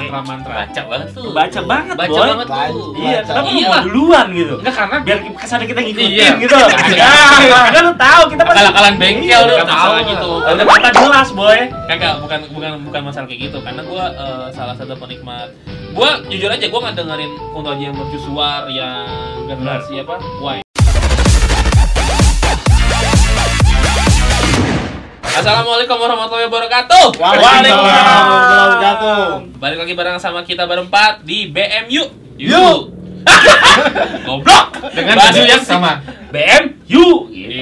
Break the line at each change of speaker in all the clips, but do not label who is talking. mantra mantra
Baca banget tuh.
Baca banget,
Baca
Boy.
banget tuh.
Baca.
Iya, kenapa lu
Iya.
mau duluan gitu?
enggak karena
Biar kesannya kita ngikutin
Iya.
gitu. Nah, kan lu tahu kita pasti
Akal-akalan bengkel
Iya,
udah
nggak
tahu
masalah.
gitu.
Udah kata jelas, boy.
Kagak, bukan bukan bukan masalah kayak gitu karena gua eh, salah satu penikmat. Gua jujur aja gua nggak dengerin Kunto Aji yang mercusuar yang generasi apa? Why? Assalamualaikum warahmatullahi wabarakatuh.
Waalaikumsalam.
warahmatullahi wabarakatuh.
Balik lagi bareng sama kita berempat di BMU.
Yuk.
Goblok.
dengan
Bahasa
baju yang
yang
sama
BM you.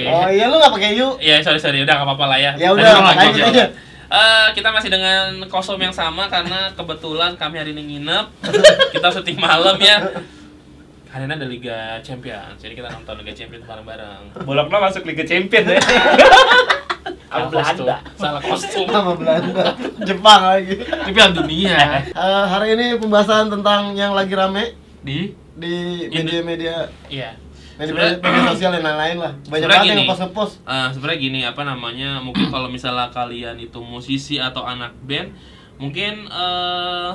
Oh iya lu nggak pakai yuk?
Iya, sorry sorry, udah nggak apa-apa lah ya.
Ya
Ayo,
udah,
lanjut,
lanjut
lanjut.
aja.
Eh, kita masih dengan kostum yang sama karena kebetulan kami hari ini nginep. kita syuting malam ya. Hari ini ada Liga Champions, jadi kita nonton Liga Champions bareng-bareng.
Boloknya masuk Liga Champion ya. Sama
Salah kostum.
Belanda.
Salah kostum.
Sama Belanda, Jepang lagi.
di Piala Dunia
Eh, hari ini pembahasan tentang yang lagi rame
di
di
Ini-
media-media
Iya.
media,
Sebenarnya-
media sosial dan lain-lain lah. Banyak
Sebenarnya
banget yang
gini.
ngepost ngepost.
Eh, sebenarnya gini apa namanya mungkin kalau misalnya kalian itu musisi atau anak band mungkin eh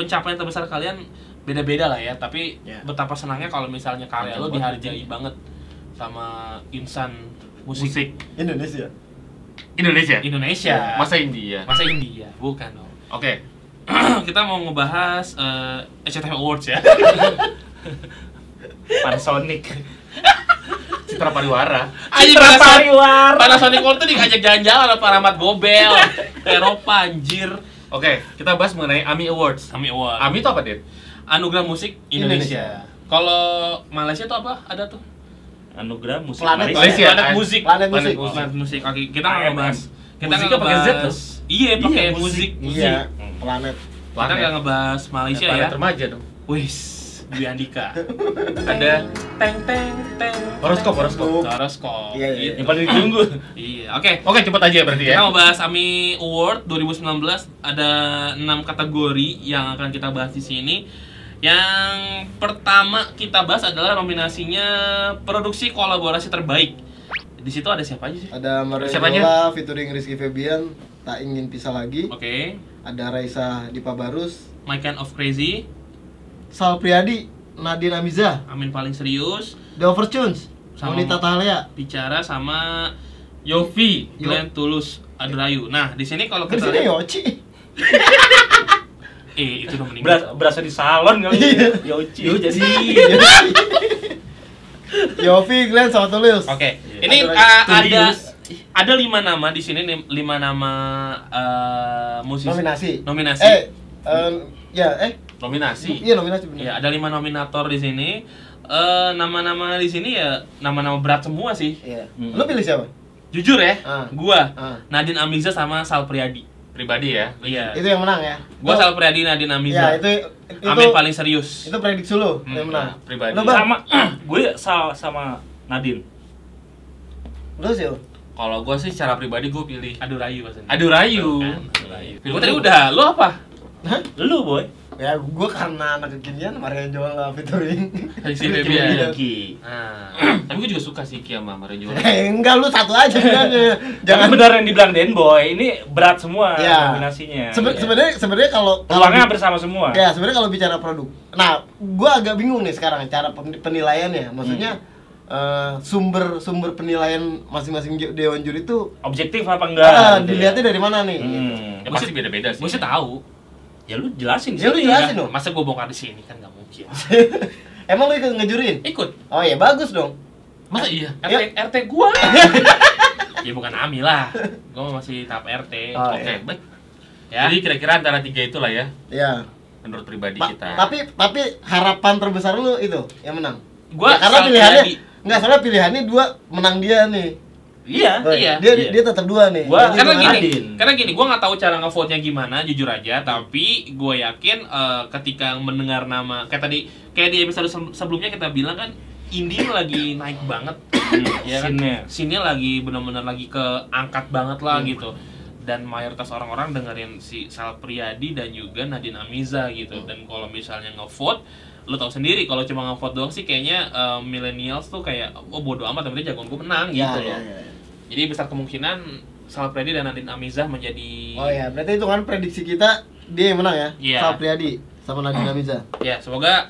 pencapaian terbesar kalian beda-beda lah ya tapi
Ya.
betapa senangnya kalau misalnya karya lo dihargai banget sama insan musik, Ya.
musik Iya.
Indonesia.
Indonesia
Indonesia
masa India
masa India bukan dong
oke
kita mau ngebahas eh SCTV Awards ya
Panasonic.
Citra Pariwara
Anjing
Citra
Panasonic
Pariwar.
Panasonic World tuh diajak jalan-jalan sama Rahmat Gobel ke Eropa anjir
oke kita bahas mengenai AMI Awards
Ami Award
AMI itu apa dit
Anugerah Musik Indonesia.
Indonesia.
Kalau Malaysia tuh apa? Ada tuh.
Anugerah musik
Planet,
Malaysia.
planet.
Planet
An-
musik.
Planet musik.
Planet musik. Oke, kita nggak
AMM.
ngebahas. Kita nggak
Musiknya pakai Z
ngebahas-
tuh?
Iya, pakai
Iya,
musik.
musik.
musik.
Iya, planet.
Kita nggak ngebahas Malaysia ya.
Planet remaja dong
Wis, Dwi Andika.
ada
Teng teng teng.
horoskop horoskop
Tuh.
Horoskop.
Iya, iya.
Gitu.
ya. Yang paling ditunggu.
Iya, oke.
oke cepet aja berarti ya
Kita mau bahas AMI Award 2019 ada enam kategori yang akan kita bahas di sini. Yang pertama kita bahas adalah nominasinya produksi kolaborasi terbaik. Di situ ada siapa aja sih? Oke.
Ada
Siapanya?
Mariola featuring Rizky Febian, Tak Ingin Pisah Lagi. Ada Raisa Dipa Barus,
My Kind of Crazy,
Sal Priadi, Nadine Amizah,
Amin paling serius,
The Overtunes,
Sama-
Monita Talia.
bicara sama Yofi,
Yo-
Glenn Tulus, Adrayu. Nah, di sini kalau
Kan
kita
sini
lihat-
Yoci.
eh itu udah meninggal.
Beras, berasa di salon kali. ya.
Iya.
Yoci.
Iya.
Yofi, Glenn sama Tulus.
Oke, ini uh,
Ada
lagi.
ada
Studios.
ada lima nama di sini lim- lima nama uh, musisi
Nominasi.
Nominasi.
Eh, eh, ya, eh,
nominasi
iya nominasi benar.
Ya, ada lima nominator di sini. Eh, nama-nama di sini ya nama-nama berat semua sih.
Iya.
Hmm.
Lu pilih siapa?
Jujur ya,
Ah.
gua
Ah.
Nadine Amiza sama Sal Priadi.
pribadi ya
Iya.
Itu yang menang ya.
Gua
Lu-
Sal Priadi Nadine Amiza.
Ya, itu itu
Amin paling serius.
itu prediksi lu
Hmm,
yang menang.
pribadi.
Lu bang,
Sama gue sal sama Nadine.
lu sih. lu.
kalau gua sih secara pribadi gua pilih
Aduh rayu pastinya.
Aduh Rayu
Kan, aduh rayu. Gua tadi udah, lu apa?
Lu, Boy.
Ya, gua karena anak kekinian Maria Jola featuring.
Si Febian.
Yoki.
Nah,
tapi gua juga suka sih Kia sama Rejo
Eh, enggak lu satu aja bilangnya.
Jangan
Jangan
benar yang dibilang Den Boy, ini berat semua
Ya.
nominasinya.
Iya.
Sebe-
gitu ya.
sebenarnya sebenarnya kalau kalau
Peluangnya
bi-
hampir sama semua.
Ya, sebenarnya kalau bicara produk. Nah, gua agak bingung nih sekarang cara pen- penilaiannya. Maksudnya eh, sumber sumber penilaian masing-masing ju- dewan juri itu
Objektif apa enggak?
ah,
gitu ya.
dilihatnya dari mana nih?
Hmm.
ya pasti beda-beda sih Iya
gua sih tahu.
Ya lu jelasin
Ya, lu
sini.
jelasin.
Nggak,
dong.
Masa gua bongkar di sini kan nggak mungkin.
Emang lu ikut ngejuriin?
Ikut.
Oh ya bagus dong.
masa iya
RT,
Ya.
RT gua. ya bukan Ami lah. Gua masih tahap RT.
Oh,
oke
iya.
baik
Ya.
jadi kira-kira antara tiga itulah ya
Ya.
menurut pribadi
Pa-
kita
tapi tapi harapan terbesar lu itu yang menang.
Gua
Ya, karena
Sal
pilihannya
Priadi.
enggak soalnya pilihannya dua menang dia nih.
Iya.
Oh,
Iya.
Dia
Iya.
dia tetap dua nih.
Gua-
Jadi
karena
gua
gini,
ngarep.
Radin.
karena gini, gue nggak tahu cara ngevote nya gimana, jujur aja. Tapi gue yakin eh, ketika mendengar nama, kayak tadi, kayak di episode se- sebelumnya kita bilang kan, indie lagi naik banget,
iya
ya kan?
Scene-nya.
Scene-nya lagi bener-bener lagi keangkat banget lah
Iya,
gitu. Dan mayoritas orang-orang dengerin si Sal Priadi dan juga Nadine Amiza gitu.
Hmm.
Dan kalau misalnya ngevote, lo tau sendiri kalau cuma ngevote doang sih kayaknya eh, millennials tuh kayak oh bodo amat tapi jagoan gue menang
Iya.
Ya,
gitu
ya,
loh.
ya.
Jadi besar kemungkinan Sal Predi dan Nadine Amizah menjadi
iya, Oh ya, berarti itu kan prediksi kita dia yang menang ya
Iya.
Sal Priadi sama Nadine Amiza
Ya, semoga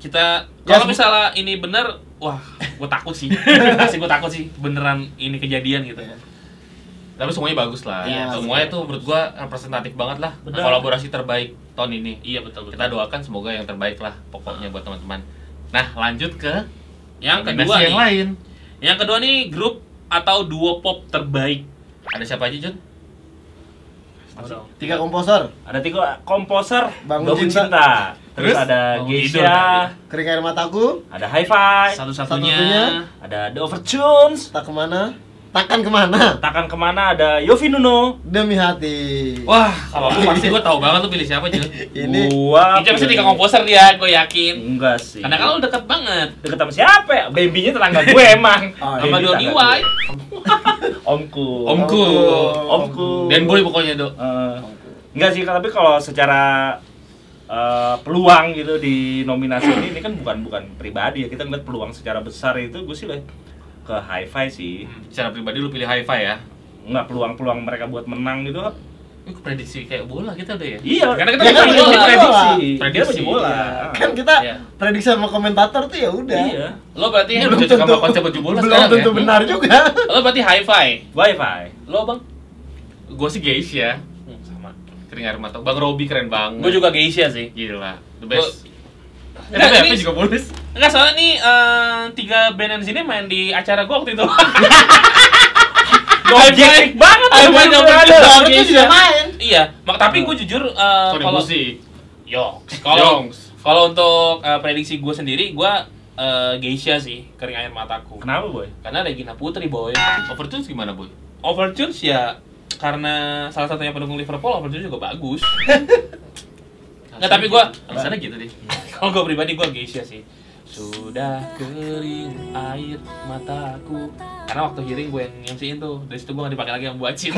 kita
Ya,
kalau
sem-
misalnya ini bener, wah, gue takut sih. Pasti gue takut sih beneran ini kejadian gitu.
Iya.
Tapi semuanya bagus lah.
Iya,
semuanya tuh menurut gua representatif banget lah.
Benar.
Kolaborasi terbaik tahun ini.
Iya betul betul.
Kita doakan semoga yang terbaik lah pokoknya buat teman-teman. Nah, lanjut ke
Yang kedua
nominasi
nih.
yang lain.
Yang kedua nih grup atau duo pop terbaik.
Ada siapa aja, Jun?
tiga komposer
Ada tiga komposer
Bangun
Bangun,
Cinta.
Cinta. Terus,
Terus?
ada
Bangun Tidur
Geisha,
tadi.
kering air mataku
ada High Five,
Satu-satunya
Satu-satunya.
ada The Overtunes,
tak kemana takkan kemana
Takkan Kemana ada Yofi Nuno.
demi hati
Wah, Oh. kalau aku pasti gua tahu banget lu pilih siapa, Jun.
ini
gua
Ini pasti
pilih-
tiga komposer dia, gue yakin.
Enggak sih.
Karena kalau deket banget
deket sama siapa ya? Bambinya tetangga gue emang.
Oh,
sama
Bambi
Donny
tetangga
White.
gue. Omku.
Omku.
Omku.
Dan boy pokoknya, Dok.
Eh, enggak sih, tapi kalau secara eh, peluang gitu di nominasi ini, ini kan bukan bukan pribadi ya kita ngeliat peluang secara besar itu gue sih lah ke hi-fi sih
Secara pribadi lu pilih Haifa ya.
nggak peluang-peluang mereka buat menang gitu
Ini prediksi kayak bola kita udah ya.
iya
Karena kita
dia
kan
punya
bola.
prediksi dia
Prediksi.
punya bola
kan kita
Iya.
prediksi sama komentator tuh ya udah
iya
Lo berarti
Ini
Belum
udah cocok sama
tentu-
konsep baju bola
belum
sekarang
tentu
ya.
benar juga
lo berarti high five.
wifi
Lo bang?
Gua sih Geisha.
Hmm, sama.
Kering air mata. Bang Robi keren banget.
Gue juga Geisha sih.
gila. The best. Eh,
Enggak,
tapi
ini-
aku juga bonus.
Enggak soalnya nih eh, tiga band yang di sini main di acara gue waktu itu.
objektif banget
High
tuh,
five
dia
double
berada.
Iya, double.
harusnya
iya.
sudah main
Iya, mak tapi gue jujur eh,
Sorry,
kalau
musik.
yo kalau kalau untuk eh, prediksi gue sendiri gue eh, Geisha sih kering air mataku.
kenapa boy
Karena Regina Putri boy.
Overtunes gimana, Boy?
Overtures ya karena salah satunya pendukung Liverpool Overtures juga bagus. Nggak, tapi gua-
alasannya gitu deh.
Kalau gue Oh, pribadi gue Geisha sih. Sudah kering air mataku. Karena waktu hearing gue yang MC-in tuh, dari situ gue gak dipakai lagi yang buacin.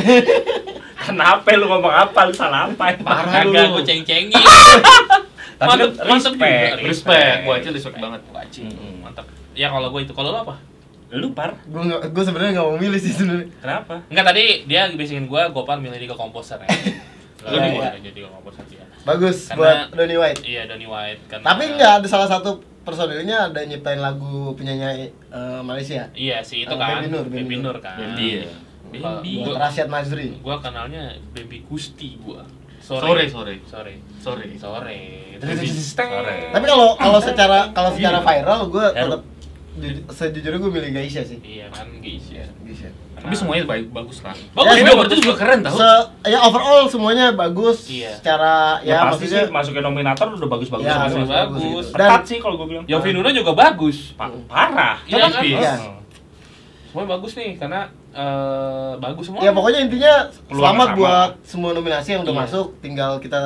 kenapa lu ngomong apa lu salah apa emang
Parah
Kagak
lu.
gue ceng-cengin.
Tapi kan
mantep, mantep juga.
respect.
Respect, gua aja respect banget.
Buacin,
Mm-mm.
mantep. Ya kalau gue itu, kalau lo apa?
lu par
gue gue sebenarnya nggak mau milih sih sebenarnya
kenapa
Enggak tadi dia basingin gue, Gopar milih dia ke komposer ya. Lo
Iya,
juga
iya.
jadi ke komposer dia.
bagus
Karena-
buat Donny White
Iya, Donny White. Karena,
tapi nggak ada salah satu personilnya ada nyiptain lagu penyanyi eh, Malaysia
Iya sih itu
Eh,
kan.
Baby Nur, Baby
Baby
Nur.
Nur kan.
Iya.
Baby.
buat
Gua-
Rasyad Mazri
Gua kenalnya Baby Gusti gua.
Sore, sore.
Sore.
Sore.
Sore.
Baby.
Sore.
tapi kalau kalau secara kalau secara
Iya.
viral gue
Viral.
tetap ju- sejujurnya gue milih Gaisha sih
Iya kan guys ya.
Gaisha
Tapi semuanya baik bagus lah.
Bagus,
Tapi
bagus.
Overtunes juga keren tau.
Se ya overall semuanya bagus
Iya.
secara ya,
ya, pasti
maksudnya
sih masukin nominator udah bagus-bagus
ya,
semua.
bagus. bagus.
gitu.
Ketat
dan
sih kalau gue bilang.
Yofi Nuno juga bagus.
Pa- parah.
Iya
Tapi-
kan?
Iya.
Semua bagus nih karena eh, bagus semua.
ya pokoknya intinya
Peluang
selamat
sama.
buat semua nominasi yang udah
Iya.
masuk tinggal kita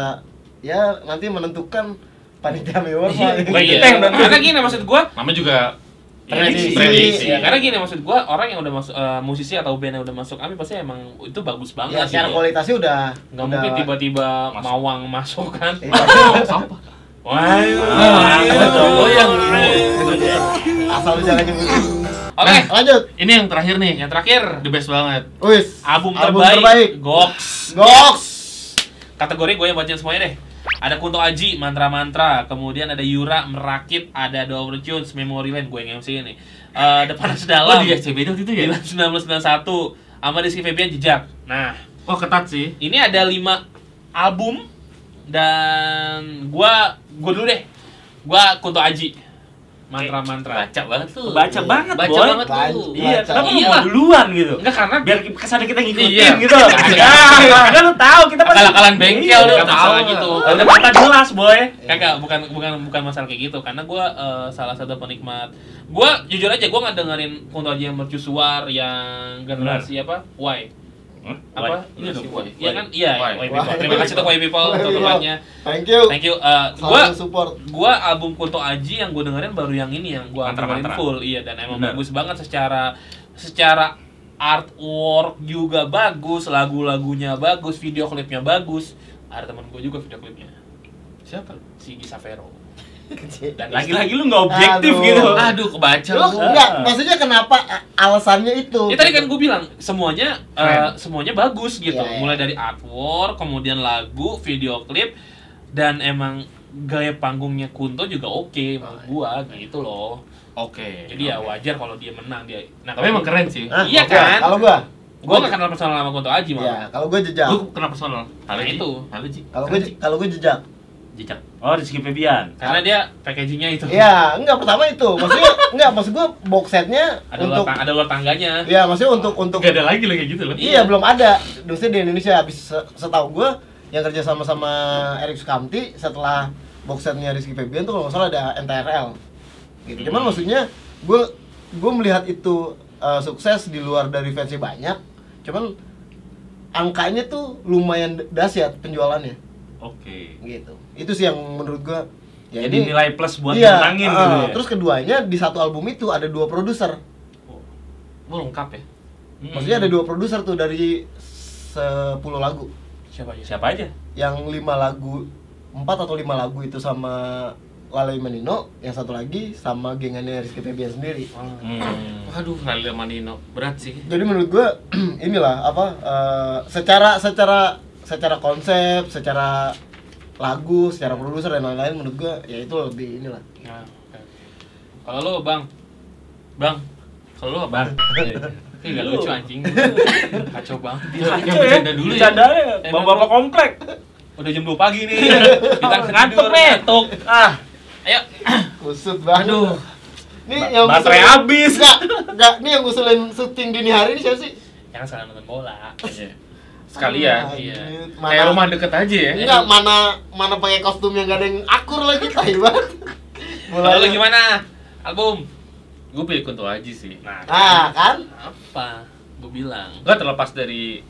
ya nanti menentukan panitia mewah
bukan
Iya.
kita yang udah-
Karena gini maksud gua
Namanya juga
Prediksi.
Prediksi.
Iya, karena gini maksud gua orang yang udah masuk eh, musisi atau band yang udah masuk AMI pasti emang itu bagus banget.
ya secara
gitu.
kualitasnya udah
Nggak
udah-
mungkin tiba-tiba
Masuk.
Mawang masuk Iya, kan.
Iya.
Sampah.
Wah. iya.
Ah,
Oh, yang
asal lu jangan nyebut
Oke,
Nah, lanjut
ini yang terakhir nih,
yang terakhir
the best banget.
Wis.
album,
Album
terbaik,
terbaik.
Goks.
Goks.
Kategori gue yang bacain semuanya deh. Ada Kunto Aji, Mantra Mantra, kemudian ada Yura, Merakit, ada The Overtunes, Memory Lane, gue yang MC ini. Eh The Panas
Oh,
Dalam,
di SCBD waktu itu ya?
Dilan 1991, sama Rizky Febian Jejak. Nah,
Oh, ketat sih.
ini ada lima album dan gua gua dulu deh. Gua Kunto Aji. Mantra Mantra.
Baca banget tuh.
Baca banget,
Baca
Boy.
banget tuh.
Baca.
Iya, kenapa lu
Iya.
mau duluan gitu?
Enggak karena
Biar kesannya kita ngikutin
Iya.
gitu. Ah, kan lu tahu kita pasti
Akal-akalan bengkel
Iya,
lu,
nggak
tahu
masalah
gitu.
Udah mata jelas, boy.
Iya.
Kagak, bukan bukan bukan masalah kayak gitu karena gua eh, salah satu penikmat. Gua jujur aja gua nggak dengerin Kunto Aji yang mercusuar yang generasi apa? Why?
Hmm?
Apa?
Ini dong, Why.
Iya kan? Iya,
Why.
Why
Why.
People. Terima kasih untuk Why People
Why
untuk
People.
tempatnya.
Thank you.
Thank you. Eh,
Salam
gua
support.
gua album Kunto Aji yang gua dengerin baru yang ini yang gua
Mantra,
dengerin
mantra.
full iya dan emang
Bener.
bagus banget secara secara artwork juga bagus lagu-lagunya bagus video klipnya bagus ada temen gua juga video klipnya
Siapa?
si Gisa Vero
Kecil.
Dan
Lagi-lagi lu nggak objektif
Aduh.
gitu.
Aduh, kebaca
Lo
lu.
enggak, maksudnya kenapa a- alasannya itu?
Ya tadi kan gue bilang semuanya
Keren.
eh, semuanya bagus gitu.
Iya, iya.
Mulai dari artwork, kemudian lagu, video klip dan emang gaya panggungnya Kunto juga oke menurut
Iya.
gua gitu loh.
Oke.
Jadi ya wajar kalau dia menang dia. Nah,
Tapi emang keren sih.
Hah?
Iya
Ah, Oke,
kan?
Kalau gua,
Gua gak kenal personal sama Kunto Aji
ya,
malah.
kalau gua jejak.
Lu kenapa personal? Halo
Nah,
Ji.
itu.
Halo Ji.
Kalau gua je- kalau gua jejak.
jejak.
Oh, Rizky Febian.
Karena dia packagingnya itu.
Ya, enggak pertama itu. Maksudnya enggak maksud gua box setnya
Ada luar,
untuk
tang- ada luar tangganya.
ya maksudnya untuk untuk
Gak ada lagi lo kayak gitu loh.
Iya, belum ada. Maksudnya di Indonesia habis se- setahu gua yang kerja sama sama Erik Sukamti setelah box setnya Rizky Febian tuh kalau nggak salah ada NTRL. Gitu. Cuman
Hmm.
maksudnya gua gua melihat itu uh, sukses di luar dari fansnya banyak. Cuman angkanya tuh lumayan dahsyat penjualannya
Oke.
gitu. Itu sih yang menurut gua ya
Jadi
ini-
nilai plus buat
Iya,
menangin
uh,
gitu. ya?
Terus keduanya di satu album itu ada dua produser.
Lu lengkap ya.
Hmm.
Maksudnya ada dua produser tuh dari 10 lagu.
Siapa aja?
siapa aja?
Yang lima lagu, empat atau lima lagu itu sama Lalai Menino, yang satu lagi sama gengannya Rizky Febian sendiri.
Hmm.
Aduh, Lalila Manino. Berat sih.
Jadi menurut gua inilah apa eh, secara secara secara konsep, secara lagu, secara produser dan lain-lain menurut gua ya itu lebih inilah.
Nah, oke. Kalau lo bang, bang,
Kalau lu abang.
Iya, ini gak lucu anjing. Kacau banget.
Yang bercanda dulu ya.
Bercanda ya,
Emang
bapak-bapak
lu-
komplek.
Udah jam 2 pagi nih. Kita
Ngantuk
ngantuk
nih. Ah,
Ayo.
Kusut banget.
Aduh.
Nih
ba-
yang
baterai
ngusulin-
habis.
Enggak, enggak. Nih yang ngusulin syuting dini hari ini siapa sih?
Jangan salah nonton bola.
Iya. Sekali
Ah,
ya.
iya.
anjir.
Kayak rumah deket aja ya.
Enggak, Iya, mana mana pakai kostum yang gak ada yang akur lagi tai banget.
Kalau lo gimana? Album.
Gue pilih Kunto Aji sih.
Nah,
Ah, kan?
apa? Gue bilang.
Gak terlepas dari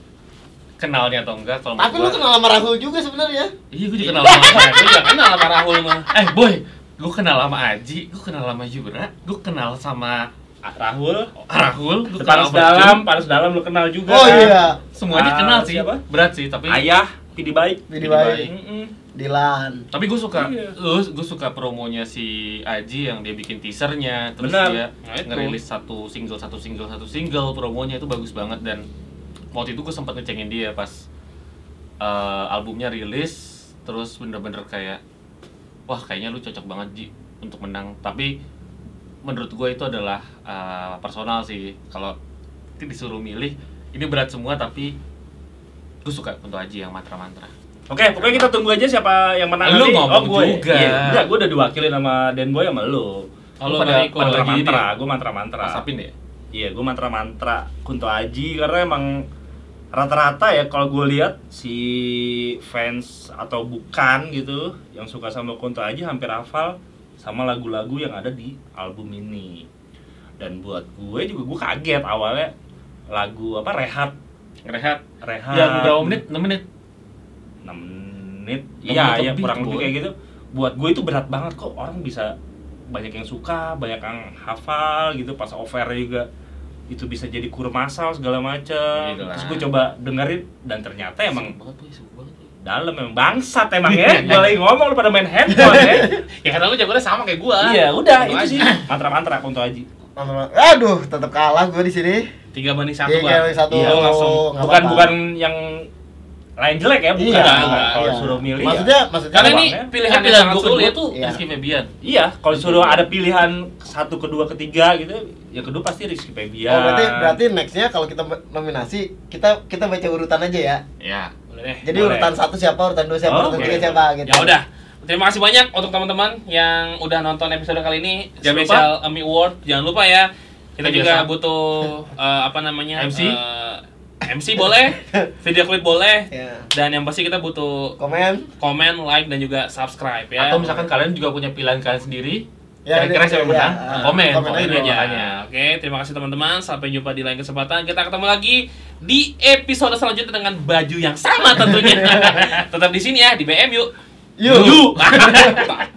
kenalnya atau enggak kalau
Tapi lu
menurut gua-
kenal sama Rahul juga sebenarnya.
Iya, gue juga kenal sama Aji.
Gue gak ya? kenal sama Rahul mah.
Eh, boy, gue kenal sama Aji, gue kenal sama Yura, gue kenal sama
Ah, Rahul,
Rahul, gue kenal
Panas
sama
dalam,
Jun.
Panas dalam lu kenal juga.
Oh
kan?
iya,
semuanya
Ah,
kenal sih.
siapa?
Berat sih, tapi
Ayah, Pidi baik.
video baik.
Mm-mm.
Dilan.
tapi gue suka
Iya.
gue suka promonya si Aji yang dia bikin teasernya terus
Benar.
dia
Nah, itu.
ngerilis satu single satu single satu single promonya itu bagus banget dan waktu itu gue sempat ngecengin dia pas eh, albumnya rilis terus bener-bener kayak wah kayaknya lu cocok banget Ji untuk menang tapi menurut gue itu adalah eh, personal sih kalau nanti disuruh milih ini berat semua tapi gue suka untuk Aji yang mantra-mantra
Oke, pokoknya kita tunggu aja siapa yang menang
Lu
nanti.
ngomong
gue.
juga.
Iya, enggak, gue udah diwakilin sama Dan Boy sama lu.
Oh,
Lu
lu
pada
udah ikut lagi
mantra-mantra,
ini.
gue mantra-mantra.
Asapin ya
Iya, gue mantra-mantra Kunto Aji karena emang rata-rata ya kalau gue lihat si fans atau bukan gitu yang suka sama Kunto Aji hampir hafal sama lagu-lagu yang ada di album ini. Dan buat gue juga gue kaget awalnya lagu apa Rehat
Rehat
Rehat
Ah.
yang berapa Ya, menit? 6 menit
6 menit
Enam
iya
menit
ya
lebih
kurang
tuh,
lebih
Boy.
kayak gitu buat gue itu berat banget kok orang bisa banyak yang suka banyak yang hafal gitu pas over juga itu bisa jadi kur masal segala macam
Gitu lah.
terus gue coba dengerin dan ternyata emang
Sibuk banget, Boy, sibuk banget, Boy.
dalam emang bangsat emang ya gue lagi ngomong lu pada main handphone ya
Ya karena lu jagoannya sama kayak gue.
iya
Kunto
udah itu sih mantra mantra konto aji
Aduh, tetap kalah gua di sini.
Tiga banding satu
Iya,
bang.
kayak satu.
Iya,
Oh,
langsung.
nggak
bukan
apa-apa.
bukan yang lain jelek ya bukan
Iya,
Bukan. kalau
iya.
suruh milih ya.
Maksudnya maksudnya
Karena ini
Bang, ya.
Pilihan
pilihan yang sangat
gue
sulit.
kedua tuh
Iya.
Rizky Febian
Iya, kalau disuruh ada pilihan satu, kedua, ketiga gitu, ya kedua pasti Rizky Febian.
Oh, berarti berarti nextnya kalau kita nominasi kita kita baca urutan aja ya.
Ya
Boleh deh.
Jadi
Boleh.
urutan satu siapa, urutan dua siapa,
Oh,
urutan
oke.
tiga siapa gitu.
Ya udah. Terima kasih banyak untuk teman-teman yang udah nonton episode kali ini
Jangan lupa.
spesial Emmy Award. Jangan lupa ya. Kita
Kayak
juga
biasa.
butuh eh, apa namanya?
MC?
eh, MC boleh, video klip boleh.
Ya.
Dan yang pasti kita butuh
Komen.
komen, like dan juga subscribe ya.
Atau misalkan kalian juga punya pilihan kalian sendiri
Ya,
Kira-kira
ini-
siapa
iya,
yang menang?
ah, gitu.
Komen,
komen
komen
aja.
aja
Ya, oke, terima kasih teman-teman. Sampai jumpa di lain kesempatan. Kita ketemu lagi di episode selanjutnya dengan baju yang sama tentunya. Tetap di sini ya di BM yuk.
Yuk.
Yuk.